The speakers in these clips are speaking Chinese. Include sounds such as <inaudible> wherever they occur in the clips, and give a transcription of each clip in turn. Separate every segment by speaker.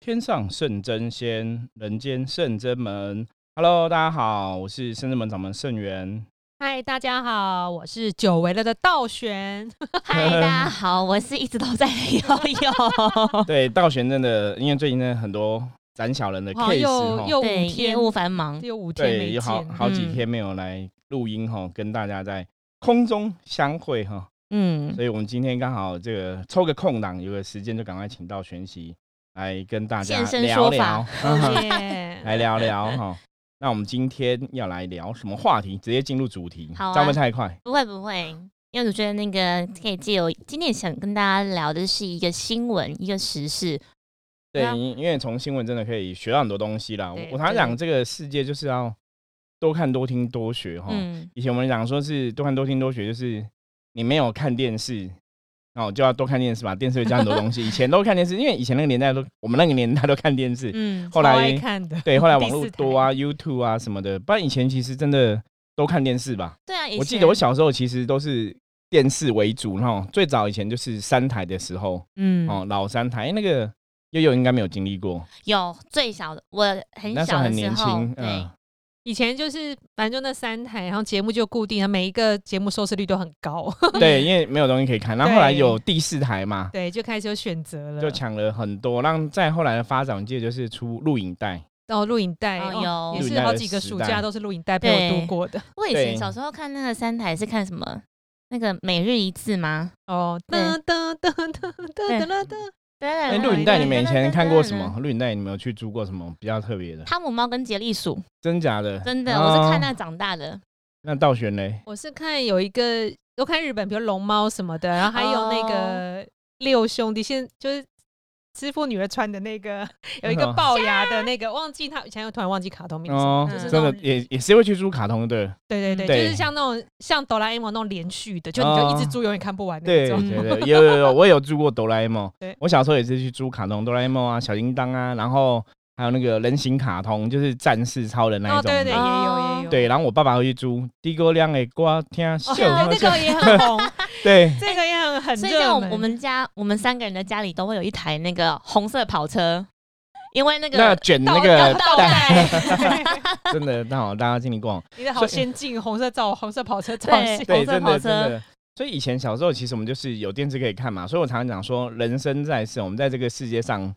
Speaker 1: 天上圣真仙，人间圣真门。Hello，大家好，我是圣真门掌门圣元。
Speaker 2: 嗨，大家好，我是久违了的道玄。
Speaker 3: <laughs> 嗨，大家好，我是一直都在游 <laughs> 泳，
Speaker 1: 对，道玄真的，因为最近真的很多斩小人的
Speaker 3: 哦
Speaker 2: 好
Speaker 1: case
Speaker 2: 又
Speaker 1: 哈，
Speaker 2: 又
Speaker 3: 对，
Speaker 2: 五
Speaker 3: 业
Speaker 2: 天，
Speaker 3: 务繁忙，
Speaker 2: 又五天
Speaker 1: 对，
Speaker 2: 没
Speaker 1: 有好
Speaker 2: 见，
Speaker 1: 好几
Speaker 3: 嗯
Speaker 1: 天没有来录音哈，跟大家在空中相会哈。
Speaker 3: 嗯，
Speaker 1: 所以我们今天刚好这个抽个空档，有个时间就赶快请到玄熙来跟大家
Speaker 3: 现身
Speaker 1: 聊
Speaker 3: 说
Speaker 1: 聊 <laughs>
Speaker 3: 法，
Speaker 2: 耶
Speaker 1: 来聊聊哈。那我们今天要来聊什么话题？直接进入主题，
Speaker 3: 好啊
Speaker 1: 这样会不会太快？
Speaker 3: 不会不会，因为我觉得那个可以借由今天想跟大家聊的是一个新闻，一个时事，
Speaker 1: 对
Speaker 3: 对，啊
Speaker 1: 因因为从新闻真的可以学到很多东西啦。我
Speaker 2: 对
Speaker 1: 我常
Speaker 3: 对
Speaker 1: 讲，这个世界就是要多看、多听、多学哈。
Speaker 3: 嗯，
Speaker 1: 以前我们讲说是多看、多听、多学，就是你没有看电视，那我就要多看电视吧。电视会教很多东西。以前都看电视，因为以前那个年代都，我们那个年代都看电视。
Speaker 2: 嗯，
Speaker 1: 后来
Speaker 2: 超爱看的，
Speaker 1: 对，后来网
Speaker 2: 第
Speaker 1: 络
Speaker 2: 四台
Speaker 1: 多啊、YouTube 啊什么的，不然以前其实真的都看电视吧。
Speaker 3: 对啊，以
Speaker 1: 我记
Speaker 3: 前
Speaker 1: 得我小时候其实都是电视为主，然后最早以前就是三台的时候，
Speaker 2: 嗯，
Speaker 1: 哦，老三台那个悠悠应该没有经历过，
Speaker 3: 有最小的，我很
Speaker 1: 那时
Speaker 3: 小
Speaker 1: 候
Speaker 3: 的
Speaker 1: 很年
Speaker 3: 候
Speaker 1: 轻，，
Speaker 3: 对
Speaker 1: 嗯，，
Speaker 2: 以前就是反正就那三台，然后节目就固定，每一个节目收视率都很高， <laughs>
Speaker 1: 嗯
Speaker 3: <laughs>
Speaker 1: 对，因为没有东西可以看，然后后来
Speaker 2: 对
Speaker 1: 有第四台嘛，
Speaker 2: 对，就开始有选择了，
Speaker 1: 就抢了很多，让再后来的发展，我记得就是出录影带，
Speaker 2: 哦，录影带，
Speaker 3: 哦
Speaker 2: 哦
Speaker 1: 录影
Speaker 2: 也
Speaker 3: 有
Speaker 2: 是
Speaker 1: 带
Speaker 2: 好
Speaker 1: 的
Speaker 2: 几个
Speaker 1: 时
Speaker 2: 暑
Speaker 1: 代
Speaker 2: 假都是录影带陪我
Speaker 3: 对
Speaker 2: 度过的，
Speaker 3: 我以
Speaker 1: 对
Speaker 3: 前小时候看那个三台是看什么？那个每日一字吗？
Speaker 2: 哦，
Speaker 3: 对
Speaker 2: 噔噔噔噔噔噔噔噔，
Speaker 3: 对，
Speaker 1: 哎，录影带你们以前看过什么？？录影带你们有去租过什么比较特别的？
Speaker 3: 汤姆猫跟杰利鼠，
Speaker 1: 真假的？
Speaker 3: 真的，我是
Speaker 1: 哦
Speaker 3: 看那个长大的。
Speaker 1: 那道玄嘞，
Speaker 2: 我是看有一个，都看日本，比如龙猫什么的，然后还有
Speaker 3: 哦
Speaker 2: 那个六兄弟，现就是师傅女儿穿的那个，有一个龅牙的那个，忘记他以前又突然忘记卡通名
Speaker 1: 嗯
Speaker 2: 字。
Speaker 1: 哦
Speaker 2: 就是，那
Speaker 1: 真
Speaker 2: 种
Speaker 1: 的也也是会去租卡通的，
Speaker 2: 对对
Speaker 1: 对哦
Speaker 2: 对，就是像那种像哆啦 A 梦那种连续的，就你就一只猪永远看不完那
Speaker 1: 对
Speaker 2: 种。嗯
Speaker 1: 对对，有有有，我有租过哆啦 A 梦
Speaker 2: 对。
Speaker 1: 我小时候也是去租卡通哆啦 A 梦啊、小叮当啊，然后还有那个人形卡通，就是战士、超人那一
Speaker 2: 哦，
Speaker 1: 种的。
Speaker 2: 对对，也有
Speaker 3: 哦
Speaker 2: 也有。
Speaker 1: 对然后我爸爸会去租地沟亮的瓜天秀
Speaker 2: 哦，，对，那个也很红，
Speaker 1: 对
Speaker 2: 这个也很很
Speaker 3: 所以在
Speaker 2: 热
Speaker 3: 我
Speaker 2: 门。
Speaker 3: 我们家，我们三个人的家里都会有一台那个红色跑车，因为那个
Speaker 1: 那卷那
Speaker 3: 倒
Speaker 1: 个
Speaker 3: 倒
Speaker 1: 带，
Speaker 3: 带，
Speaker 1: <laughs> 真的，那好，大家经历
Speaker 3: <laughs>
Speaker 1: 过，
Speaker 2: <laughs> 你的
Speaker 1: 所
Speaker 2: 好
Speaker 1: 以
Speaker 2: 先进，红色造红色跑车造
Speaker 3: 对
Speaker 2: 型。
Speaker 1: 对，
Speaker 3: 红色
Speaker 1: 真
Speaker 3: 跑
Speaker 1: 的
Speaker 3: 车
Speaker 1: 真的。所以以前小时候，其实我们就是有电视可以看嘛，所以我常常讲说，人生在世，我们在这个世界上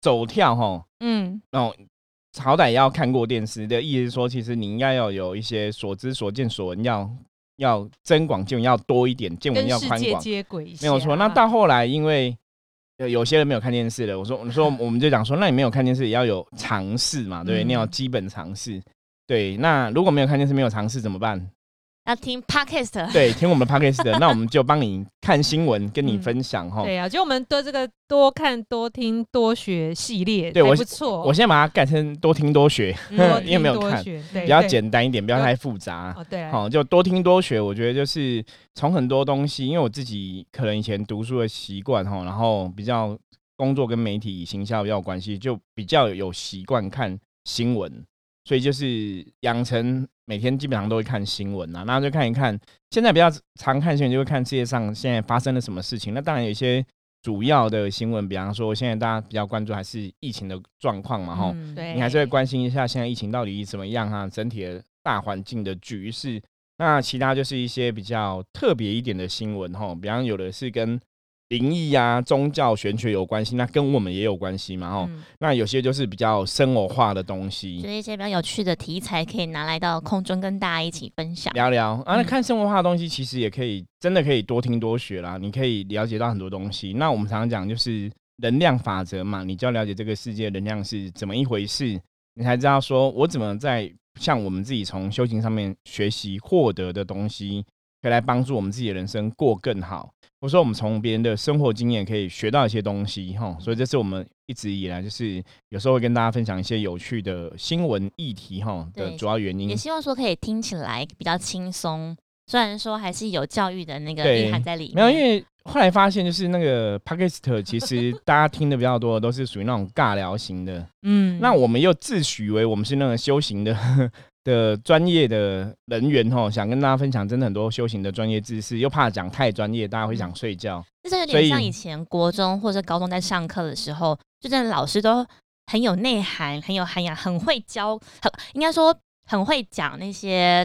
Speaker 1: 走跳吼，
Speaker 3: 嗯，
Speaker 1: 哦，好歹也要看过电视的意思是说，其实你应该要有一些所知、所见、所闻，要要增广见闻，要多一点，见闻
Speaker 2: 跟
Speaker 1: 要
Speaker 2: 世
Speaker 1: 宽
Speaker 2: 界
Speaker 1: 广，
Speaker 2: 接轨一下，
Speaker 1: 没有错。那到后来，因为有有些人没有看电视的，我说我说
Speaker 2: 嗯
Speaker 1: 我们就讲说，那你没有看电视也要有尝试嘛，对不对，
Speaker 3: 嗯
Speaker 1: 你要有基本尝试。对，那如果没有看电视、没有尝试怎么办？
Speaker 3: 要听 podcast，
Speaker 1: 对，听我们的 podcast 的，那我们就帮你看新闻，跟你
Speaker 2: 嗯
Speaker 1: 分享哈。
Speaker 2: 对呀、啊，就我们对这个多看、多听、多学系列，
Speaker 1: 对
Speaker 2: 还
Speaker 1: 我
Speaker 2: 不错。
Speaker 1: 我现在把它改成多听多学，
Speaker 2: 多
Speaker 1: <laughs> <laughs>
Speaker 3: 嗯
Speaker 1: 因为没有
Speaker 2: 听多
Speaker 1: 看
Speaker 2: 学，
Speaker 1: 比
Speaker 2: 比
Speaker 1: 较简单一点，不要太复杂。
Speaker 2: 哦，对啊，
Speaker 1: 好、就多听多学。我觉得就是从很多东西，因为我自己可能以前读书的习惯哈，然后比较工作跟媒体行销比较有关系，就比较有习惯看新闻，所以就是养成每天基本上都会看新闻啊，那就看一看。现在比较常看新闻，就会看世界上现在发生了什么事情。那当然有一些主要的新闻，比方说现在大家比较关注还是疫情的状况嘛，哈、
Speaker 3: 嗯
Speaker 2: 对
Speaker 1: 你还是会关心一下现在疫情到底怎么样啊，整体的大环境的局势。那其他就是一些比较特别一点的新闻哈，比方有的是跟灵异啊、宗教、玄学有关系，那跟我们也有关系嘛哈。
Speaker 3: 嗯
Speaker 1: 那有些就是比较生活化的东
Speaker 3: 就
Speaker 1: 西，
Speaker 3: 是一些比较有趣的题材，可以拿来到空中跟大家一起分享。
Speaker 1: 聊聊啊。那
Speaker 3: 嗯
Speaker 1: 看生活化的东西，其实也可以真的可以多听多学啦，你可以了解到很多东西。那我们常常讲就是能量法则嘛，你就要了解这个世界能量是怎么一回事，你才知道说我怎么在像我们自己从修行上面学习获得的东西，可以来帮助我们自己的人生过更好。我说我们从别人的生活经验可以学到一些东西哈，所以这是我们一直以来就是有时候会跟大家分享一些有趣的新闻议题哈的
Speaker 3: 对
Speaker 1: 主要原因
Speaker 3: 也。希望说可以听起来比较轻松，虽然说还是有教育的那个
Speaker 1: 对
Speaker 3: 意涵在里面。
Speaker 1: 没有，因为后来发现就是那个
Speaker 2: <laughs>
Speaker 1: podcast，其实大家听的比较多的都是属于那种尬聊型的。
Speaker 3: 嗯
Speaker 1: 那我们又自诩为我们是那个修行的 <laughs> 的专业的人员哦，想跟大家分享真的很多修行的专业知识，又怕讲太专业，大家会想睡觉。
Speaker 3: 这就有
Speaker 1: 所以
Speaker 3: 点像以前国中或者高中在上课的时候，就真的老师都很有内涵、很有涵养、很会教，很应该说很会讲那些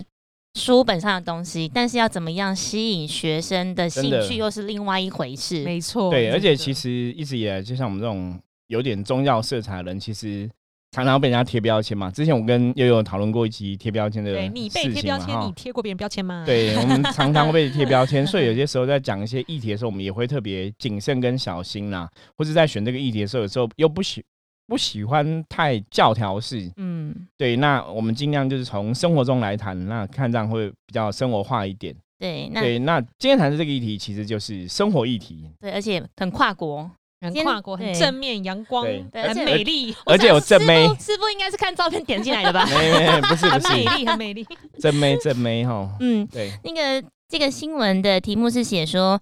Speaker 3: 书本上的东西，但是要怎么样吸引学生的兴
Speaker 1: 真的
Speaker 3: 趣，又是另外一回事。
Speaker 2: 没错，
Speaker 1: 对，而且其
Speaker 2: 实
Speaker 1: 实一直以来，就像我们这种有点宗教色彩的人，其实常常被人家贴标签嘛。之前我跟悠悠讨论过一集贴标签的
Speaker 2: 对
Speaker 1: 事情
Speaker 2: 你被贴标签，
Speaker 1: 嘛
Speaker 2: 你
Speaker 1: 哈
Speaker 2: 贴过别人标签吗？，
Speaker 1: 对我们常常会被贴标签，所以有些时候在讲一些议题的时候，我们也会特别谨慎跟小心啦，或是在选这个议题的时候，有时候又不喜不喜欢太教条式。
Speaker 3: 嗯，
Speaker 1: 对，那我们尽量就是从生活中来谈，那看这样会比较生活化一点。
Speaker 3: 对，那
Speaker 1: 对，那今天谈的这个议题其实就是生活议题， <laughs>
Speaker 3: 对，而且很跨国。
Speaker 2: 很
Speaker 3: 今天
Speaker 2: 跨国，很
Speaker 3: 对
Speaker 2: 正面、阳光，
Speaker 1: 对
Speaker 3: 对而
Speaker 2: 很
Speaker 3: 且
Speaker 2: 美丽，
Speaker 1: <laughs> 而且有
Speaker 3: 我想
Speaker 1: 正妹？
Speaker 3: 师傅师傅应该是看照片点进来的吧 <laughs>
Speaker 1: 没没不是不
Speaker 2: 很美
Speaker 1: 是，
Speaker 2: 丽，
Speaker 1: <laughs>
Speaker 2: 很美丽。
Speaker 1: 正妹正妹
Speaker 3: <laughs>
Speaker 1: 哈，
Speaker 3: 嗯，
Speaker 1: 对，
Speaker 3: 那个这个新闻的题目是写说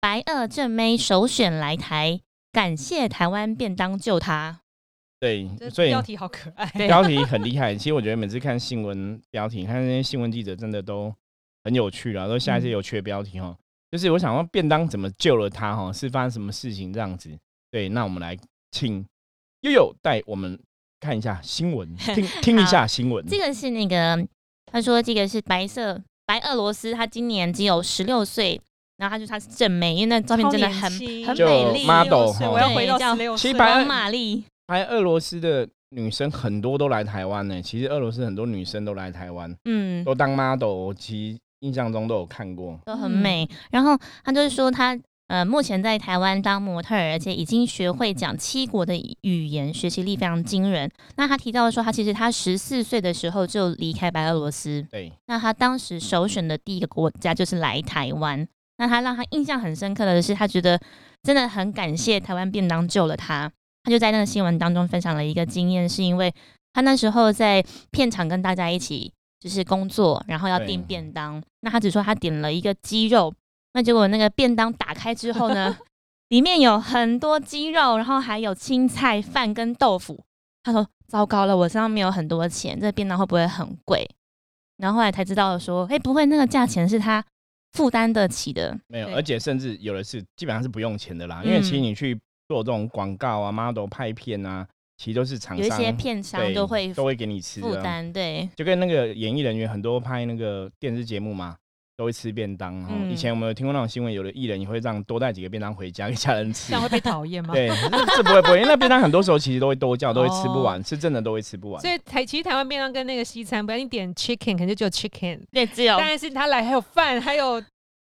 Speaker 3: 白二正妹首选来台，感谢台湾便当救她。
Speaker 1: 对，
Speaker 2: 这
Speaker 1: 所以
Speaker 2: 标题好可爱，
Speaker 3: 对
Speaker 1: 标题很厉害。其实我觉得每次看新闻标题，看那些新闻记者真的都很有趣啦，都下一些
Speaker 3: 嗯
Speaker 1: 有趣的标题哦。就是我想要便当怎么救了他哈，是发生什么事情这样子？对，那我们来请悠悠带我们看一下新闻，听
Speaker 3: <laughs>
Speaker 1: 听一下新闻。
Speaker 3: 这个是那个他说这个是白色白俄罗斯，她今年只有十六岁，然后她就她是正妹，因为那照片真的很
Speaker 2: 超年轻
Speaker 3: 很
Speaker 1: 就
Speaker 3: 美丽，
Speaker 1: model
Speaker 2: 16岁
Speaker 1: 哈
Speaker 2: 我要回到
Speaker 3: 对叫
Speaker 2: 十六岁，
Speaker 1: 700
Speaker 3: 黄玛丽。
Speaker 1: 还有俄罗斯的女生很多都来台湾呢、其实俄罗斯很多女生都来台湾，
Speaker 3: 嗯，
Speaker 2: 哦
Speaker 1: 都当 model，我其实印象中都有看过。
Speaker 3: 都
Speaker 2: 嗯
Speaker 3: 很美。然后他就是说他。呃，目前在台湾当模特儿，而且已经学会讲七国的语言，学习力非常惊人。那他提到说，他其实他十四岁的时候就离开白俄罗斯，
Speaker 1: 对，
Speaker 3: 那他当时首选的第一个国家就是来台湾。那他让他印象很深刻的是，他觉得真的很感谢台湾便当救了他。他就在那个新闻当中分享了一个经验，是因为他那时候在片场跟大家一起就是工作，然后要
Speaker 1: 对
Speaker 3: 订便当。那他只说他点了一个鸡肉，那结果那个便当打开之后呢，里面有很多鸡肉，然后还有青菜、饭跟豆腐。他说：“糟糕了，我身上没有很多钱，这便当会不会很贵？”然后后来才知道说：“哎、不会，那个价钱是他负担得起的。
Speaker 1: 没有，
Speaker 2: 对
Speaker 1: 而且甚至有的是基本上是不用钱的啦，因为其实
Speaker 3: 嗯
Speaker 1: 你去做这种广告啊、model 拍片啊，其实都是厂
Speaker 3: 有一
Speaker 1: 商
Speaker 3: 些片商
Speaker 1: 对
Speaker 3: 都会
Speaker 1: 都会给你吃
Speaker 3: 负
Speaker 1: 的啊，
Speaker 3: 担，对，
Speaker 1: 就跟那个演艺人员很多拍那个电视节目嘛。都会吃便当哦。
Speaker 3: 嗯
Speaker 1: 以前我们有听过那种新闻，有的艺人也会让多带几个便当回家给家人吃
Speaker 2: 这。样会被讨厌吗？
Speaker 1: <laughs> 对，这这不会不会，因为那便当很多时候其实都会多叫，都会
Speaker 3: 哦
Speaker 1: 吃不完，是真的都会吃不完
Speaker 2: 所。以台其实台湾便当跟那个西餐，不要你点 chicken，可能就只有 chicken，
Speaker 3: 对，只有
Speaker 2: 当然是他来还有饭，还有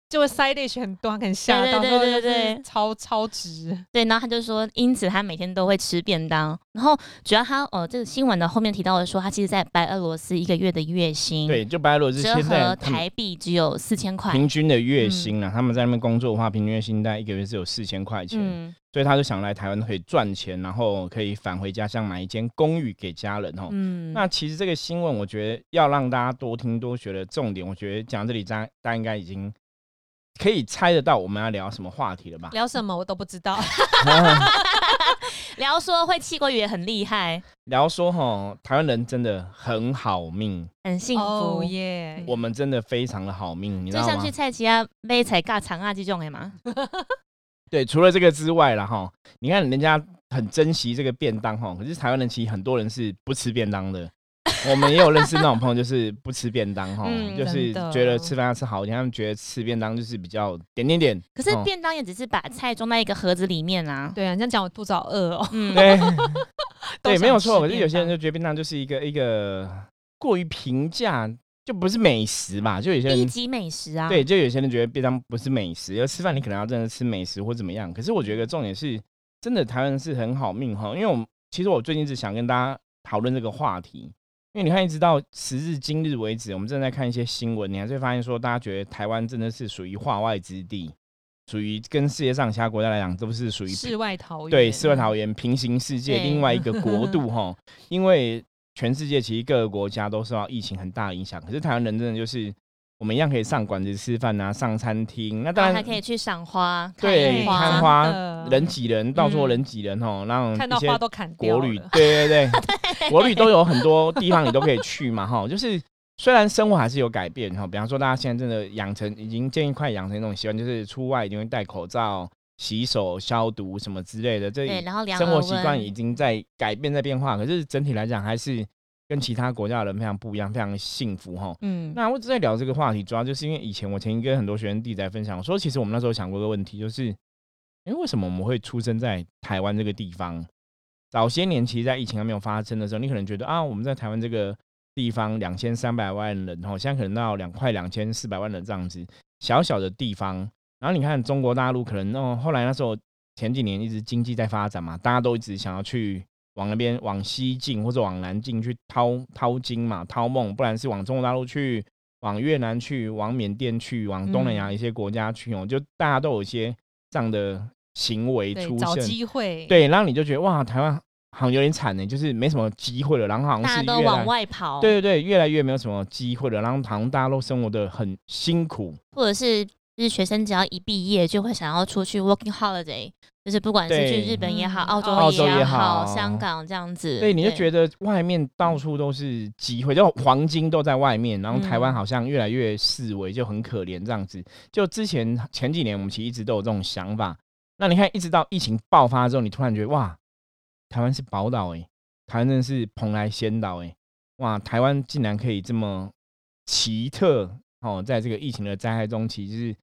Speaker 2: 就 side dish 很多，很吓到，
Speaker 3: 对对
Speaker 2: 说
Speaker 3: 对对
Speaker 2: 就是
Speaker 3: 对
Speaker 2: 超超值，
Speaker 3: 对，然后他就说，因此他每天都会吃便当。然后主要他呃，这个新闻的后面提到的说，他其实在白俄罗斯一个月的月薪，，
Speaker 1: 对，就白俄罗斯
Speaker 3: 折
Speaker 1: 现
Speaker 3: 合
Speaker 1: 在他们
Speaker 3: 台币只有四千块。嗯
Speaker 1: 平均的月薪啊，他们在那边工作的话，平均月薪大概一个月是有四千块钱。
Speaker 3: 嗯，
Speaker 1: 所以他就想来台湾可以赚钱，然后可以返回家乡买一间公寓给家人哦。
Speaker 3: 嗯，
Speaker 1: 那其实这个新闻，我觉得要让大家多听多学的重点，我觉得讲到这里，大家大家应该已经可以猜得到我们要聊什么话题了
Speaker 3: <laughs>
Speaker 1: 吧？
Speaker 2: 聊什么我都不知道。
Speaker 3: 聊说会七国语也很厉害，
Speaker 1: 聊说哈，台湾人真的很好命，
Speaker 3: 很
Speaker 2: <laughs>
Speaker 3: 幸福。
Speaker 2: 哦耶
Speaker 1: 我们真的非常的好命，你知
Speaker 3: 就
Speaker 1: 道
Speaker 3: 像
Speaker 1: 吗
Speaker 3: 去？菜市啊买菜尬长啊这种的嘛，
Speaker 1: 对，除了这个之外啦哈，你看人家很珍惜这个便当哈，可是台湾人其实很多人是不吃便当的。我们也有认识那种朋友，就是不吃便当哈，
Speaker 3: 嗯
Speaker 1: 就是
Speaker 2: 真的
Speaker 1: 觉得吃饭要吃好一点，他们觉得吃便当就是比较点点点。
Speaker 3: 可是
Speaker 1: 哦
Speaker 3: 便当也只是把菜装在一个盒子里面啊。
Speaker 2: 对啊，你这样讲我肚子好饿 <laughs> 哦。
Speaker 3: 嗯，
Speaker 1: 对
Speaker 2: 都
Speaker 1: 对，
Speaker 2: 想
Speaker 1: 没有错。
Speaker 2: 吃
Speaker 1: 可是有些人
Speaker 2: 便
Speaker 1: 就觉得便当就是一个一个过于平价，就不是美食吧？就有些
Speaker 3: 低
Speaker 1: 人
Speaker 3: 级美食啊。
Speaker 1: 对，就有些人觉得便当不是美食，要吃饭你可能要真的吃美食或怎么样。可是我觉得重点是，真的台湾人是很好命哈，因为我们其实我最近一直想跟大家讨论这个话题，因为你看一直到时至今日为止，我们正在看一些新闻，你还是会发现说，大家觉得台湾真的是属于化外之地，属于跟世界上其他国家来讲都是属于
Speaker 2: 世外
Speaker 1: 啊
Speaker 2: 桃源，啊
Speaker 1: 对世外桃源、平行世界
Speaker 3: 对
Speaker 1: 另外一个
Speaker 2: <laughs>
Speaker 1: 国度哈，因为全世界其实各个国家都受到疫情很大的影响，可是台湾人真的就是我们一样可以上馆子吃饭啊，上餐厅，那当
Speaker 3: 然后
Speaker 1: 然
Speaker 3: 还可以去赏花、看
Speaker 1: 对
Speaker 3: 樱
Speaker 1: 看花
Speaker 3: 花。
Speaker 2: 真的
Speaker 1: 人挤人，到处
Speaker 3: 嗯
Speaker 1: 人挤人哦，让
Speaker 2: 看
Speaker 1: 一
Speaker 2: 到
Speaker 1: 些
Speaker 2: 花都砍掉
Speaker 1: 国旅
Speaker 2: 了，
Speaker 1: 对对
Speaker 2: <laughs>
Speaker 1: 对，国旅都有很多地方你都可以去嘛哈，就是。虽然生活还是有改变哈，比方说大家现在真的养成，已经建议快养成一种习惯，就是出外一定会戴口罩，洗手、消毒什么之类的，这
Speaker 3: 对，然后量
Speaker 1: 生活
Speaker 3: 耳
Speaker 1: 习惯
Speaker 3: 温
Speaker 1: 已经在改变、在变化。可是整体来讲，还是跟其他国家的人非常不一样，非常幸福哈。
Speaker 3: 嗯，
Speaker 1: 那我一直在聊这个话题，主要就是因为以前我曾经跟很多学生弟子在分享说，其实我们那时候想过一个问题，就是，诶，为什么我们会出生在台湾这个地方？早些年，其实在疫情还没有发生的时候，你可能觉得啊，我们在台湾这个地方两千三百万人，然后现在可能到两快两千四百万人这样子，小小的地方。然后你看中国大陆，可能哦，后来那时候前几年一直经济在发展嘛，大家都一直想要去往那边往西进或者往南进去掏掏金嘛，掏梦，不然是往中国大陆去，往越南去，往缅甸去，往东南亚
Speaker 3: 嗯
Speaker 1: 一些国家去哦，就大家都有一些这样的行为
Speaker 2: 对
Speaker 1: 出，
Speaker 2: 找
Speaker 1: 现，
Speaker 2: 机会，，
Speaker 1: 对，然后你就觉得哇，台湾好像有点惨呢，就是没什么机会了，然后好像
Speaker 3: 大家
Speaker 1: 是
Speaker 3: 都
Speaker 1: 越来
Speaker 3: 往。外跑，
Speaker 1: 对对对，越来越没有什么机会了，然后好像大家都生活的很辛苦，
Speaker 3: 或者是就是学生只要一毕业就会想要出去 working holiday，就是不管是
Speaker 1: 对
Speaker 3: 去日本也好、
Speaker 2: 嗯
Speaker 3: 澳洲
Speaker 2: 澳洲
Speaker 1: 也好
Speaker 3: 好、香港这样子，
Speaker 1: 对，你就觉
Speaker 3: 得
Speaker 1: 得外面到处都是机会，就黄金都在外面，然后台湾
Speaker 2: 嗯
Speaker 1: 好像越来越视为就很可怜这样子。就之前前几年，我们其实一直都有这种想法。那你看，一直到疫情爆发之后，你突然觉得哇，台湾是宝岛哎，台湾真的是蓬莱仙岛哎、哇，台湾竟然可以这么奇特哦，在这个疫情的灾害中，其实是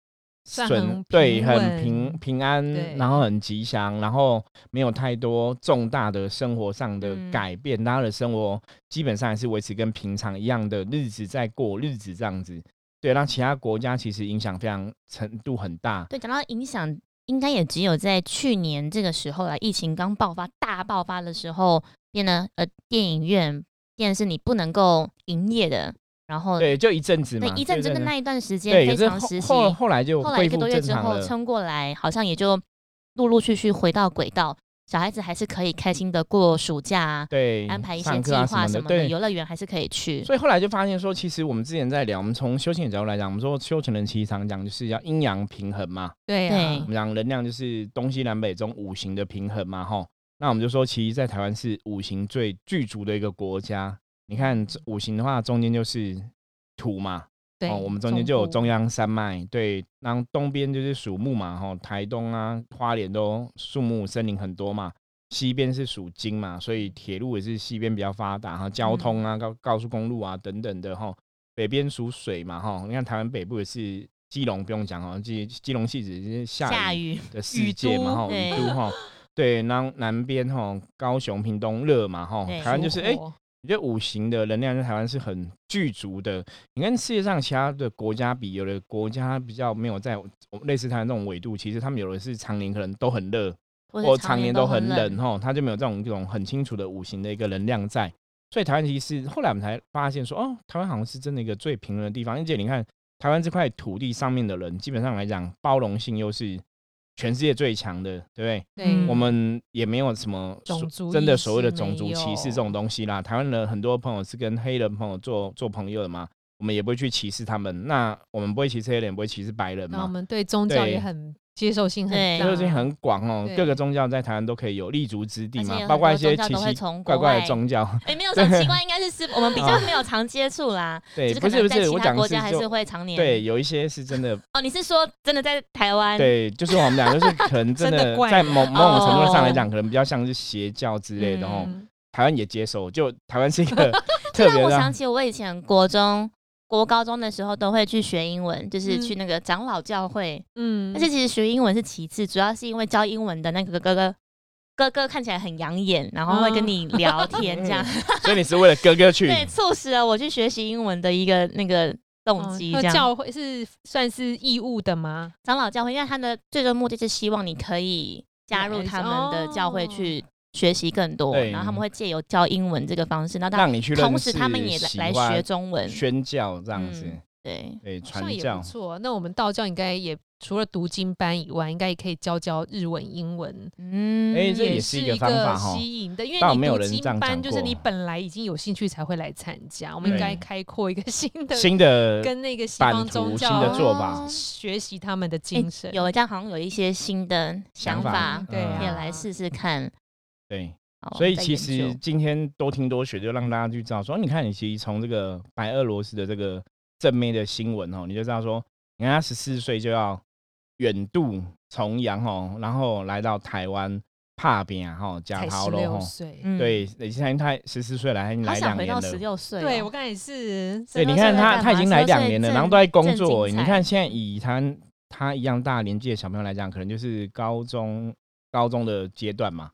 Speaker 2: 算
Speaker 1: 损
Speaker 2: 很
Speaker 1: 对
Speaker 2: 平
Speaker 1: 很
Speaker 2: 稳
Speaker 1: 平平安
Speaker 2: 对，
Speaker 1: 然后很吉祥，然后没有太多重大的生活上的
Speaker 3: 嗯
Speaker 1: 改变，大家的生活基本上还是维持跟平常一样的日子在过日子这样子。对，让其他国家其实影响非常程度很大，
Speaker 3: 对，讲到影响，应该也只有在去年这个时候啦，疫情刚爆发大爆发的时候，变得呃电影院店是你不能够营业的，然后
Speaker 1: 对，就一阵子
Speaker 3: 对
Speaker 1: 嘛，
Speaker 3: 一阵
Speaker 1: 就
Speaker 3: 子的那一段时间
Speaker 1: 对，可
Speaker 3: 非
Speaker 1: 是
Speaker 3: 常
Speaker 1: 后
Speaker 3: 时期，
Speaker 1: 后后来就
Speaker 3: 后来一
Speaker 1: 恢
Speaker 3: 个
Speaker 1: 复
Speaker 3: 多月
Speaker 1: 正
Speaker 3: 之
Speaker 1: 常
Speaker 3: 后
Speaker 1: 了，
Speaker 3: 撑过来，好像也就陆陆续续回到轨道，小孩子还是可以开心的过暑假啊，
Speaker 1: 对，
Speaker 3: 安排一些
Speaker 1: 上
Speaker 3: 计
Speaker 1: 课啊
Speaker 3: 划什么的，
Speaker 1: 对，
Speaker 3: 游乐园还是可以去。
Speaker 1: 所以后来就发现说，其实我们之前在聊，我们从修行的角度来讲，我们说修行人其实常讲就是要阴阳平衡嘛，
Speaker 2: 对
Speaker 1: 我
Speaker 2: 啊，
Speaker 1: 们讲能量就是东西南北中五行的平衡嘛，吼。那我们就说，其实，在台湾是五行最具足的一个国家。你看这五行的话，中间就是土嘛，
Speaker 2: 对，
Speaker 1: 哦，我们中间就有
Speaker 2: 中
Speaker 1: 中央山脉，对，然后东边就是属木嘛，吼，台东啊、花莲都树木森林很多嘛。西边是属金嘛，所以铁路也是西边比较发达哈，交通啊、高高速公路啊等等的哈。北边属水嘛哈，你看台湾北部也是基隆，不用讲哈，基基隆系指是
Speaker 3: 下
Speaker 1: 下雨
Speaker 3: 雨，
Speaker 1: 的世界嘛哈，
Speaker 3: 雨
Speaker 1: 雨
Speaker 3: 都
Speaker 1: 都哈。对，南南边哈，高雄、屏东热嘛哈，
Speaker 3: 对
Speaker 1: 台湾就是哎、
Speaker 2: 属火
Speaker 1: 我觉得五行的能量在台湾是很具足的。你跟世界上其他的国家比，有的国家比较没有在类似台湾这种纬度，其实他们有的是常年可能都很热，
Speaker 3: 或
Speaker 1: 或
Speaker 3: 者
Speaker 1: 常年
Speaker 3: 都
Speaker 1: 都很冷
Speaker 3: 冷。
Speaker 1: 吼，它就没有这种这种很清楚的五行的一个能量在。所以台湾其实是后来我们才发现说，哦，台湾好像是真的一个最平衡的地方。而且你看，台湾这块土地上面的人，基本上来讲，包容性又是全世界最强的，对不对？
Speaker 2: 对，
Speaker 1: 我们也没有什么
Speaker 2: 嗯种
Speaker 1: 所
Speaker 2: 族
Speaker 1: 真的
Speaker 2: 意
Speaker 1: 所谓的
Speaker 2: 识
Speaker 1: 种
Speaker 2: 没
Speaker 1: 族歧视这
Speaker 2: 有
Speaker 1: 种东西啦。台湾人很多朋友是跟黑人朋友做做朋友的嘛，我们也不会去歧视他们。那我们不会歧视黑人，也不会歧视白人
Speaker 2: 那
Speaker 3: 哦
Speaker 2: 我
Speaker 1: 嘛。
Speaker 2: 们对宗教
Speaker 1: 对
Speaker 2: 也很接受性很
Speaker 3: 对
Speaker 2: 大，
Speaker 1: 这个事情很广哦，各
Speaker 2: 对
Speaker 1: 个宗教在台湾都可以有立足之地
Speaker 3: 而且
Speaker 1: 嘛
Speaker 3: 有，
Speaker 1: 包
Speaker 3: 很
Speaker 1: 括
Speaker 3: 多
Speaker 1: 一些
Speaker 3: 宗教
Speaker 1: 奇
Speaker 3: 都会
Speaker 1: 奇
Speaker 3: 从
Speaker 1: 怪
Speaker 3: 国
Speaker 1: 怪的
Speaker 3: 外
Speaker 1: 宗教。
Speaker 3: 哎，没有常奇怪，应该是是我们比较
Speaker 1: 啊
Speaker 3: 没有常接触啦，
Speaker 1: 对，
Speaker 3: 就是
Speaker 1: 不
Speaker 3: 可
Speaker 1: 是
Speaker 3: 能
Speaker 1: 不
Speaker 3: 在
Speaker 1: 是，
Speaker 3: 其
Speaker 1: 我
Speaker 3: 他
Speaker 1: 讲
Speaker 3: 国
Speaker 1: 是
Speaker 3: 家还是
Speaker 1: 就
Speaker 3: 会常年。
Speaker 1: 对，有一些是真的
Speaker 3: 哦，你是说真的在台湾？
Speaker 1: 对，就是我们俩就是可能
Speaker 3: <laughs>
Speaker 1: 真
Speaker 2: 真的
Speaker 1: 的
Speaker 2: 怪
Speaker 1: 在某某种程度上来
Speaker 3: 哦
Speaker 1: 讲，可能比较像是邪教之类的哦。
Speaker 2: 嗯
Speaker 1: 台湾也接受，就台湾是一
Speaker 3: <laughs>
Speaker 1: 个特
Speaker 3: 让
Speaker 1: 别
Speaker 3: 我
Speaker 1: 的啊
Speaker 3: 想起我以前国中、国高中的时候都会去学英文，就是
Speaker 2: 嗯
Speaker 3: 去那个长老教会。
Speaker 2: 嗯，
Speaker 3: 但是其实学英文是其次，主要是因为教英文的那个哥哥哥哥看起来很养眼，然后会
Speaker 1: 嗯
Speaker 3: 跟你聊天这
Speaker 1: <laughs>
Speaker 3: 样，
Speaker 1: 所以你是为了哥哥去，
Speaker 3: <laughs> 对，促使了我去学习英文的一个那个
Speaker 1: 嗯
Speaker 3: 动机。
Speaker 2: 哦
Speaker 3: 这样，
Speaker 2: 教会是算是义务的吗？
Speaker 3: 长老教会，因为他的最终目的是希望你可以加入他们的教会去学习更多，
Speaker 1: 哦对
Speaker 3: 然后他们会借由教英文这个方式，那他
Speaker 1: 让你去认识，
Speaker 3: 同时他们也
Speaker 1: 喜
Speaker 3: 来来
Speaker 1: 欢
Speaker 3: 学中文，
Speaker 1: 宣教这样子，
Speaker 3: 嗯对。
Speaker 1: 对，
Speaker 2: 好像
Speaker 1: 传
Speaker 2: 也
Speaker 1: 教
Speaker 2: 不。错。那我们道教应该也除了读经班以外，应该也可以教教日文、英文，
Speaker 3: 嗯
Speaker 1: 哎这也
Speaker 2: 是
Speaker 1: 是一个
Speaker 2: 一
Speaker 1: 方法
Speaker 2: 个
Speaker 1: 哈
Speaker 2: 吸引的，因
Speaker 1: 倒
Speaker 2: 为你
Speaker 1: 没有
Speaker 2: 读
Speaker 1: 人这样
Speaker 2: 经
Speaker 1: 讲
Speaker 2: 班就是
Speaker 1: 过
Speaker 2: 你本来已经有兴趣才会来参加，我们应该
Speaker 1: 对
Speaker 2: 开阔一个 <laughs> 新的，
Speaker 1: 新的
Speaker 2: 跟那个西
Speaker 1: 版
Speaker 2: 方
Speaker 1: 图、
Speaker 2: 宗
Speaker 1: 新的
Speaker 2: 教
Speaker 1: 做法
Speaker 3: 哦，
Speaker 2: 学习他们的
Speaker 3: 哎
Speaker 2: 精神。
Speaker 3: 有这样好像有一些新的想
Speaker 1: 想法
Speaker 3: 法，
Speaker 2: 对
Speaker 1: 嗯
Speaker 2: 啊，
Speaker 3: 可以来试试看。
Speaker 1: 对。
Speaker 3: 好
Speaker 1: 所以
Speaker 3: 再
Speaker 1: 其
Speaker 3: 哦研
Speaker 1: 实
Speaker 3: 究
Speaker 1: 今天多听多学，就让大家去知道说，你看你其实从这个白俄罗斯的这个正妹的新闻哦，你就知道说，你看她十四岁就要远渡重洋哦，然后来到台湾帕啊哦边哈，假
Speaker 2: 才
Speaker 1: 桃
Speaker 2: 十
Speaker 1: 喽
Speaker 2: 六
Speaker 1: 哈。
Speaker 2: 岁，
Speaker 3: 嗯，
Speaker 1: 对，你看他十四岁来，他已经
Speaker 3: 好
Speaker 1: 来
Speaker 3: 想
Speaker 1: 两
Speaker 3: 回
Speaker 1: 年
Speaker 3: 到
Speaker 1: 了。
Speaker 3: 十六岁哦，
Speaker 2: 对我刚才也是，
Speaker 1: 对，
Speaker 3: 16
Speaker 1: 你看
Speaker 3: 岁
Speaker 1: 他
Speaker 3: 在
Speaker 1: 他已
Speaker 3: 干
Speaker 1: 经
Speaker 3: 嘛
Speaker 1: 来
Speaker 3: 16
Speaker 1: 两
Speaker 3: 岁
Speaker 1: 年了，
Speaker 3: 正
Speaker 1: 然后都在工作。
Speaker 3: 正
Speaker 1: 你
Speaker 3: 精彩
Speaker 1: 看现在以他他一样大年纪的小朋友来讲，可能就是高中高中的阶段嘛，